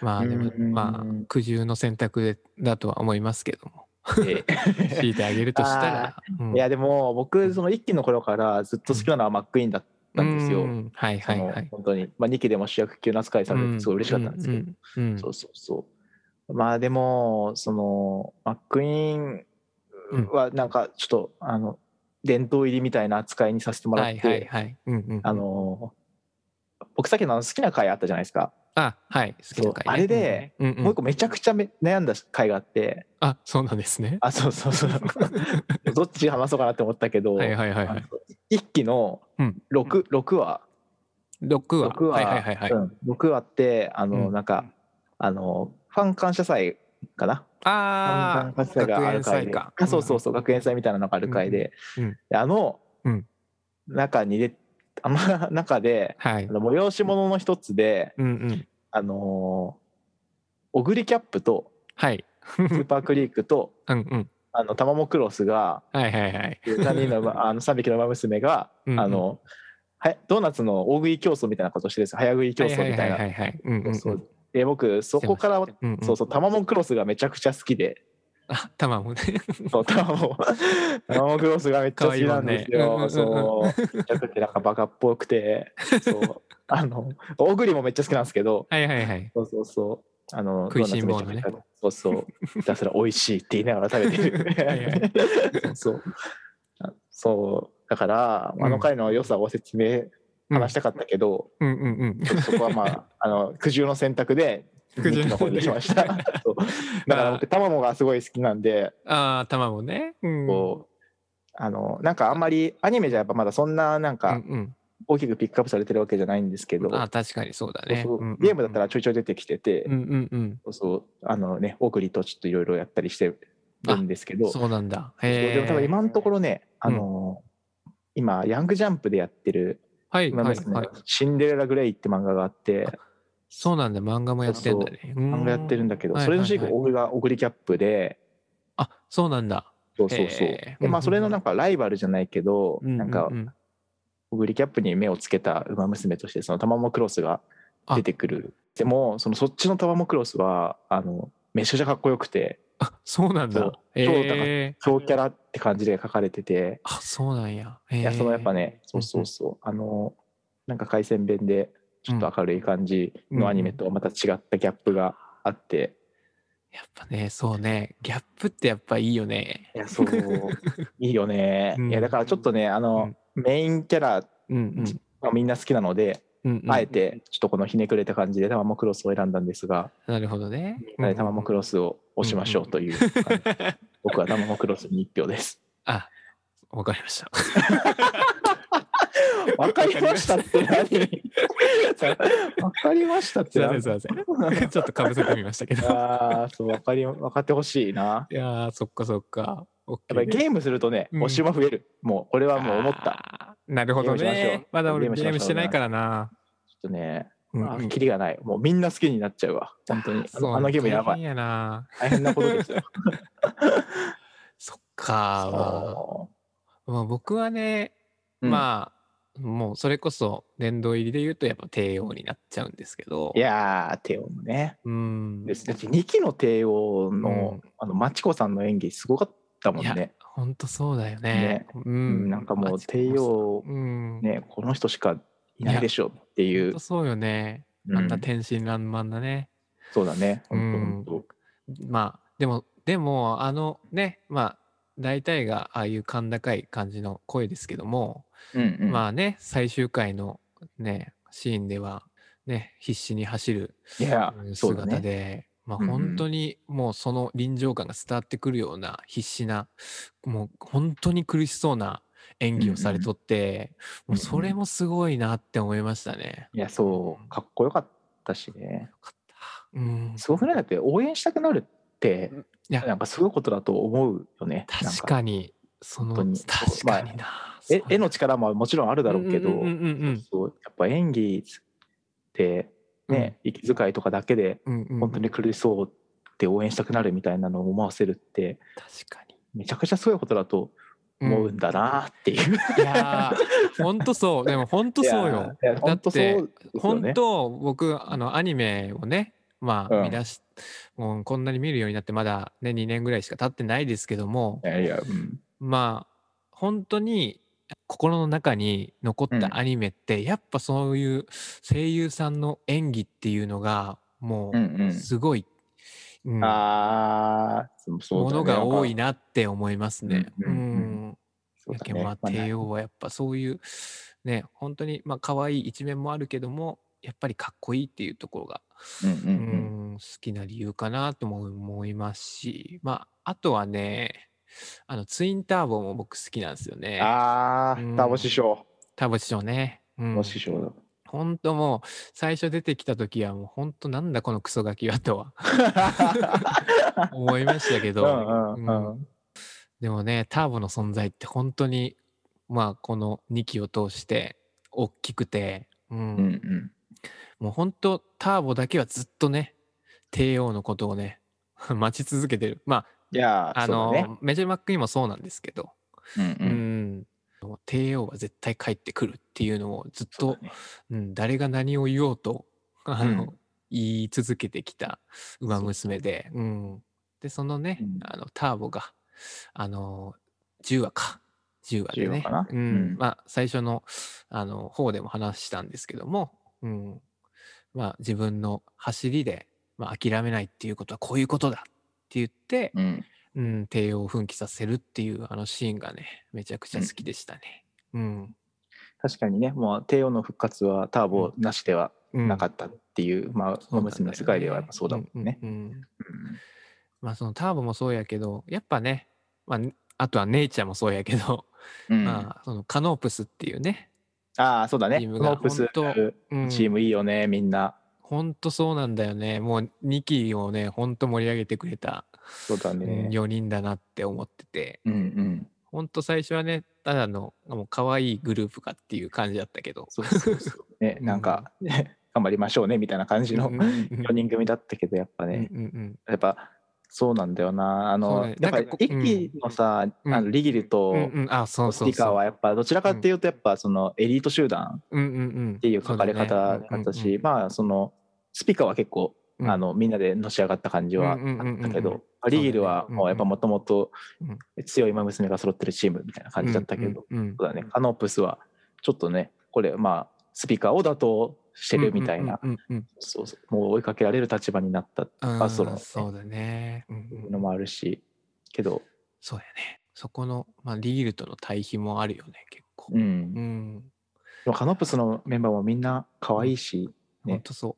B: まあでも、
C: うん
B: まあ苦渋の選択でだとは思いますけども
C: で
B: *laughs* 強いてあげるとしたら。うん
C: いやでも僕その一期の頃からずっと好きなのはマックイーンだったんですよ、
B: うはいはいは
C: その
B: い。
C: 本当に、まあ、2期でも主役級の扱いされ
B: う
C: て
B: ん
C: すごい嬉しかったんですけど、
B: うんうんうん
C: そうそうそうまあでもそのマックイーンはなんかちょっと、あの伝統入りみたいな扱いにさせてもらっ
B: は
C: て、
B: いはいはい。うんうん、
C: あの僕さっきのあの好きな回あったじゃないですか、
B: あはい好きな回ね
C: そうあれで、
B: うんうん
C: もう一個めちゃくちゃめ悩んだ回があって
B: あそうなんですね。
C: あそうそう
B: *laughs*
C: そうどっち話そうかなって思ったけど、
B: はいはいはいはい。
C: 一期の
B: うん
C: 六六話
B: 6話。
C: 六話
B: はいはいはいはい。
C: うん、六話ってあの、
B: うん
C: なんかあのファン感謝祭かな
B: ああ、
C: ファン感謝祭がある会であそうそうそう、学園祭みたいなのがある会で、
B: うんうん
C: であの、
B: うん
C: 中にであの中で
B: はい
C: あ。の催し物の一つで、
B: うんうん。
C: あのーオグリキャップと
B: はい。
C: *laughs* スーパークリークと
B: うんうん。
C: あのタマモクロスが
B: はいはいはい。
C: 3人の馬あの3匹の馬娘が、
B: うんうん
C: あのはドーナツの大食い競争みたいなことをしてるんですよ早食い競争みたいな。
B: はいはいはいはい。うんうんうん
C: そうそうで僕そこから
B: うんうん
C: そうそうタマモクロスがめちゃくちゃ好きで、
B: あ、卵ね。 *laughs*
C: そうタマモタマモクロスがめっちゃ好きなんです
B: 可愛いもんね
C: よ。そうめちゃくちゃなんかバカっぽくて、そうあの大栗もめっちゃ好きなんですけど、
B: はいはいはい。
C: そうそうそう。あの
B: 食いしん坊のね
C: ドーナツめちゃくちゃそうそう。ひたすら美味しいって言いながら食べて
B: はいは
C: る。 *laughs* そうそう。あそうだから
B: うん
C: あの回の良さを説明話したかったけど、
B: うんうんう
C: *laughs*
B: ん。
C: ちょっとそこは
B: *laughs*
C: まああの苦渋の選択で。
B: 苦渋
C: ミキの方にしました。そうだから僕、卵がすごい好きなんで、
B: ああ、卵ね。うん。
C: こう、あの、なんかあんまり、アニメじゃやっぱまだそんな、なん
B: うん
C: か、大きくピックアップされてるわけじゃないんですけ
B: う
C: ど、
B: ん。あー確かにそうだ
C: そう
B: ね。
C: そう
B: うんうんうん
C: ゲームだったらちょいちょい出てきてて、
B: うんうんうん。
C: そうそう、あのね、オグリとちょっといろいろやったりしてるんですけど、
B: そうなんだ。
C: そう
B: へえ。
C: でも多分今のところね、あのー今、ヤングジャンプでやってる、
B: はい
C: 今
B: はい
C: ですね
B: はい。
C: シンデレラ・グレイって漫画があって、
B: そうなんだ。漫画もやってんだね。
C: 漫画やってるんだけど、それの主人
B: はいはいはい
C: 公がオグリキャップで、
B: あ、そうなんだ。
C: そうそうそう。
B: へ
C: で
B: ー、
C: まあ、それのなんかライバルじゃないけ
B: う
C: ど、
B: う
C: なんか
B: う、ん
C: オグリキャップに目をつけた馬娘として、そのタマモクロスが出てくる。でも、そのそっちのタマモクロスは、あの、めちゃくちゃかっこよくて、
B: あ、そうなん
C: そ
B: だ
C: う。
B: へ
C: 超高
B: え。
C: 強キャラって感じで書かれてて、
B: あ、そうなんや。
C: い
B: い
C: やそのやっぱ。ねそうそうそう、あのなんか海鮮弁でちょっと明るい感じのアニメとはまた違ったギャップがあって、
B: やっぱね、そうね。ギャップってやっぱいいよね。
C: いやそう *laughs* いいよね、
B: うん
C: いやだからちょっとねあの、メインキャラ
B: うん
C: がみんな好きなので、
B: うん。うん
C: あえてちょっとこのひねくれた感じでタマモクロスを選んだんですが、
B: なるほどね。
C: はいタマモクロスを押しましょうという、はい僕はタマモクロスに1票です。
B: あ、わかりま
C: *laughs*
B: した。
C: わかりましたって何 *laughs* わかりましたっ
B: す
C: て
B: いませ
C: 何
B: ん、すいません。 *laughs* ちょっとかぶせてみましたけど。い
C: *laughs* ああ、そう、わかり、分かってほしいな。
B: やー、そっかそっか。やっ
C: やっぱりゲームするとね、
B: うん
C: 押し馬増える。もう、俺はもう思った。
B: た。なるほど
C: ゲームしましょ
B: ね
C: う。
B: まだ俺
C: ゲームし
B: ゲ
C: ましょう
B: ームしてないからな。
C: ちょっとね、
B: うん
C: あキリがない。もうみんな好きになっちゃうわ。本当に。あのあのゲームやば
B: 大変
C: い。
B: やな。
C: 大変なことですよ。
B: そっか。まあ僕はね、
C: うん
B: まあ、もうそれこそ殿堂入りで言うとやっぱ帝王になっちゃうんですけど。
C: いやー、帝王もね。
B: うん。
C: ですだって2期の帝王の、
B: う
C: あの、まちこさんの演技すごかったもん
B: いや
C: ね。
B: ほんとそうだよね
C: ね。
B: う
C: うん
B: ん。
C: なんかもう、帝
B: 王。
C: 王、
B: うん。
C: ね、この人しかいないでしょってい
B: ほん
C: う
B: と。そうよね。
C: うん
B: あんな天真爛漫なね。
C: そうだね。
B: う
C: 本当
B: ん
C: 本当
B: まあでもでもあのねまあ大体がああいう甲高い感じの声ですけども、
C: うんうん。
B: まあね最終回のねシーンではね必死に走る
C: いや
B: う、ん
C: そうだ
B: 姿で、
C: ね。
B: まあ
C: うんうん
B: 本当にもうその臨場感が伝わってくるような必死なもう本当に苦しそうな演技をされとって、
C: うんうん
B: もうそれもすごいなって思いましたね。
C: いや、そう、かっこよかったしね。
B: うん、
C: すごくないだって応援したくなるって
B: いや
C: なんかすごいことだと思うよね。
B: 確
C: に
B: かにその
C: 本当に
B: 確かにな、
C: え
B: そう
C: 絵の力ももちろんあるだろうけど、
B: うんうんうん
C: そうやっぱ演技って
B: うん
C: ね、息遣いとかだけで
B: うんうんうん
C: 本当に苦しそうって応援したくなるみたいなのを思わせるって
B: 確かに
C: めちゃくちゃすごいことだと思うんだなっていう。
B: いやーほんとそうでもほんとそうよ。
C: いや。いや本当そうですよ
B: ほん
C: ね。
B: と僕あのアニメをねま
C: う
B: あ
C: ん
B: 見出し、もうこんなに見るようになってまだね2年ぐらいしか経ってないですけども
C: いやいや、うん
B: まあ本当に心の中に残ったアニメって、やっぱそういう声優さんの演技っていうのがも
C: うん
B: う
C: う。
B: んすごい、うん
C: ああ、そうそうだ
B: も
C: ね
B: のが多いなって思いますね。う
C: うんうんうん
B: ん。
C: そう
B: や
C: だ
B: け
C: ね
B: んまあ
C: まあ
B: 帝王はやっぱそういうね本当にまあ可愛い一面もあるけどもやっぱりかっこいいっていうところが、
C: うんうん
B: う
C: うん。
B: ん、好きな理由かなとも思いますしまああとはねあのツインターボも僕好きなんですよね。
C: あ
B: うん
C: あ、タボ師匠。
B: ターボ師匠ね。うん
C: タボ師匠だ。
B: 本当もう最初出てきた時はもう本当なんだこのクソガキはとは *laughs* 思いましたけど、
C: うんうんうん
B: でもねターボの存在って本当にまあこの2期を通して大きくて、うん
C: うんうん
B: もう本当 *laughs* ターボだけはずっとね帝王のことをね待ち続けてるまあ
C: いやー
B: あ
C: そ
B: の、
C: うだね
B: メジャーマックにもそうなんですけど、
C: うん
B: う
C: うん
B: ん、帝王は絶対帰ってくるっていうのをずっ
C: そ
B: と
C: うだね
B: うん、誰が何を言おうとあの、
C: うん
B: 言い続けてきた馬娘でそ,、うん、でそのね、
C: うん
B: あのターボがあの10話か10話で
C: 10話
B: ね
C: かな
B: うん
C: うん
B: まあ、最初のあの方でも話したんですけども、うんまあ、自分の走りで、まあ、諦めないっていうことはこういうことだって言って、
C: うん
B: うん、帝王を奮起させるっていうあのシーンがねめちゃくちゃ好きでしたね。うん
C: 確かにねもう帝王の復活はターボなしでは
B: うん
C: なかったっていう、まあ
B: そうな
C: 馬
B: んだよね
C: 娘の世界ではやっぱそうだもんね。
B: うんうんうん
C: うん
B: まあそのターボもそうやけどやっぱね、まあ、あとはネイチャーもそうやけど、
C: うん
B: まあそのカノープスっていうね、
C: ああそうだね
B: チーム
C: ノ
B: が
C: ープス
B: 本うん、
C: チームいいよねみんな
B: ほんとそうなんだよねもう2期をねほんと盛り上げてくれた
C: そうだね
B: 4人だなって思ってて
C: うんうん
B: ほんと最初はねただのもう可愛いグループかっていう感じだったけど
C: そうそうそうねなんか *laughs* 頑張りましょうねみたいな感じの
B: うんうんうんうん
C: 4人組だったけどやっぱ
B: うん
C: ね
B: うんうん
C: やっぱそうなんだよなあ
B: そう
C: の、
B: ね
C: やっぱ
B: なんかこう
C: 一期のさ、
B: うん
C: あのリギルと
B: うんうんあそう
C: ステ
B: そう
C: ィカー
B: そう
C: はやっぱどちらかっていうとやっぱそのエリート集団
B: うんうんうん
C: っていう書かれ
B: そう
C: 方だ
B: だね
C: ったし、
B: うんうんうん
C: まあそのスピカーは結構、
B: うん
C: あのみんなでのし上がった感じはあ
B: うんうんうんうんうん
C: ったけど、リギルはもうやっぱもともと
B: うん
C: 強い馬娘が揃ってるチームみたいな感じだったけど、
B: うんうんうん
C: そうだねカノープスはちょっとねこれまあスピカーを打倒してるみたいな、
B: うんうんうんうん
C: そうそうもう追いかけられる立場になったって
B: うん
C: あそうなんだね
B: そうだね、うんうん
C: いうのもあるしけど、
B: そうやね。そこの、まあ、リールとの対比もあるよね、結構。
C: う
B: うん。
C: ん、でもカノープスのメンバーもみんな可愛いし、ね
B: ほんとそ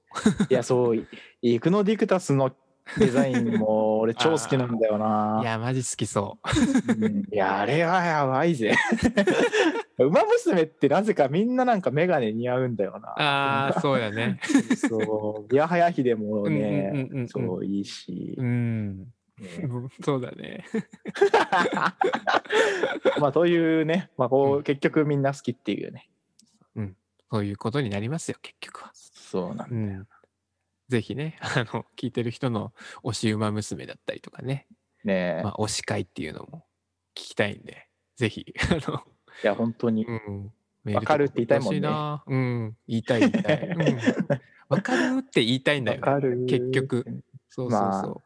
C: いやそうイクノディクタスのデザインも俺超好きなんだよ
B: う。 *laughs*
C: ない
B: や、マジ好きそう。
C: うんいやあれはやばいぜ *laughs* 馬娘ってなぜかみんななんか眼鏡似合うんだよな
B: ああ、そうやね。
C: そう宮早秀も
B: うん
C: ね
B: うんうんうん
C: そういいし、
B: うん。
C: ね
B: そうだね。
C: まあというね、まあ、こ
B: う
C: う結局みんな好きっていうね
B: そういうことになりますよ、結局は。
C: そうなん
B: うん。ぜひね、あの、聞いてる人の推し馬娘だったりとかね、
C: ね、
B: まあ、推し会っていうのも聞きたいんで、ぜひ、 *laughs* あの、
C: いや本当に、
B: うん。メールと
C: わかるって言いたいもんね
B: 欲しなうん。言いたい言いたい。うん
C: *laughs*
B: わ、かるって言いたいんだ
C: わ
B: よね。
C: かる
B: 結局そうそう
C: まあ
B: そ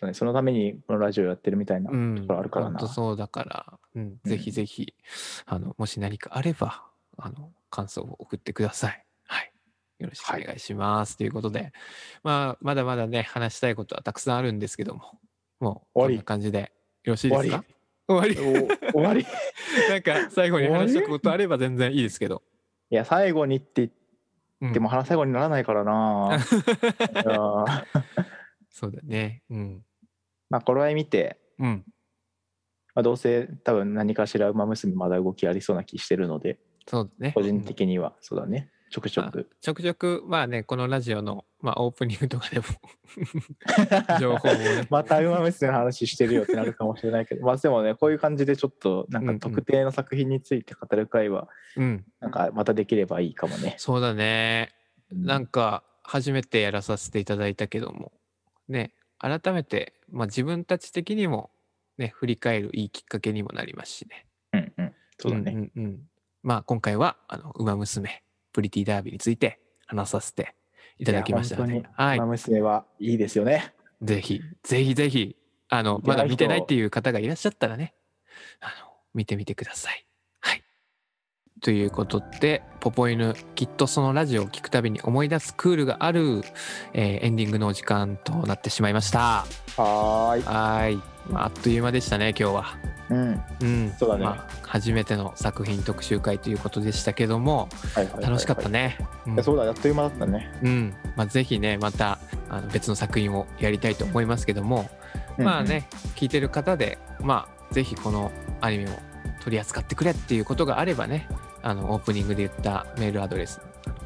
C: そうねそのためにこのラジオやってるみたいな
B: う。うん。
C: ところあるから
B: ほん
C: な、
B: とそうだから、うん、ぜひぜひ、あの、もし何かあれば、あの、感想を送ってください。はい。よろしくお願いします。ということで、まあ、まだまだね、話したいことはたくさんあるんですけども、もう、
C: 終わ
B: こ
C: り
B: んな感じで、よろしいですか終わり
C: お終わり *laughs*
B: *laughs* なんか、最後に話したことあれば全然いいですけど。
C: いや最後にって言っ
B: うん
C: ても話最後にならないからないやー
B: *laughs* そうだね。うん。
C: まあこれは見て、
B: うん。
C: まあ、どうせ多分何かしら馬娘まだ動きありそうな気してるので
B: そうだね。
C: 個人
B: うん
C: 的にはそうだねちょくちょく。
B: ちょくちょく、まあね、このラジオの、まあ、オープニングとかでも情報をね
C: また馬娘の話してるよってなるかもしれないけ *laughs* どまあでもねこういう感じでちょっとなん
B: うん
C: か
B: うん
C: 特定の作品について語る会は
B: うん、
C: なんかまたできればいいかもね。
B: そうだね。な
C: うん
B: か、初めてやらさせていただいたけども、ね、改めて、まあ、自分たち的にも、ね、振り返るいいきっかけにもなりますしね。
C: んうんそうだね。
B: んうんうんまあ、今回は、あの、馬娘、プリティダービーについて話させていただきましたの
C: いや
B: で
C: 本、当に
B: はい
C: 馬。娘はいいですよね。
B: ぜひ、ぜひぜひ、あの、
C: 見て
B: ま
C: ない人
B: だ見てないっていう方がいらっしゃったらね、あの、見てみてください。はい。ということで、ポポ犬、きっとそのラジオを聞くたびに思い出すクールがある、えーエンディングのお時間となってしまいました。
C: はーい。
B: はい。まあ、あっという間でしたね、今日は。
C: うん。は
B: うん。
C: そうだね
B: まあ初めての作品特集会ということでしたけども、
C: いはいはいはい
B: 楽しかった。ね。
C: いうや
B: ん
C: そうだあっという間だったね。
B: うんまあ、ぜひねまたあの別の作品をやりたいと思いますけども、まあね聞いてる方で、まあ、ぜひこのアニメを取り扱ってくれっていうことがあればねあのオープニングで言ったメールアドレス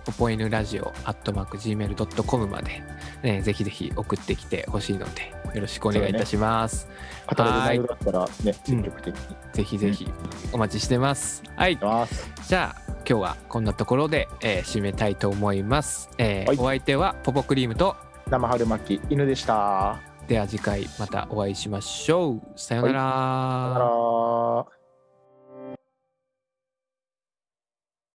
B: ポポイヌラジオアットマーク Gmail.com まで、ね、ぜひぜひ送ってきてほしいのでよろしくお願いいたします、
C: 語れる内容だったらね積極的に行
B: ぜひぜひお待ちしてますはい
C: きます。
B: じゃあ今日はこんなところで、えー締めたいと思います、えー
C: はい
B: お相手はポポクリームと
C: 生春巻き犬でした。
B: では次回またお会いしましょう。さようなら。
C: あらー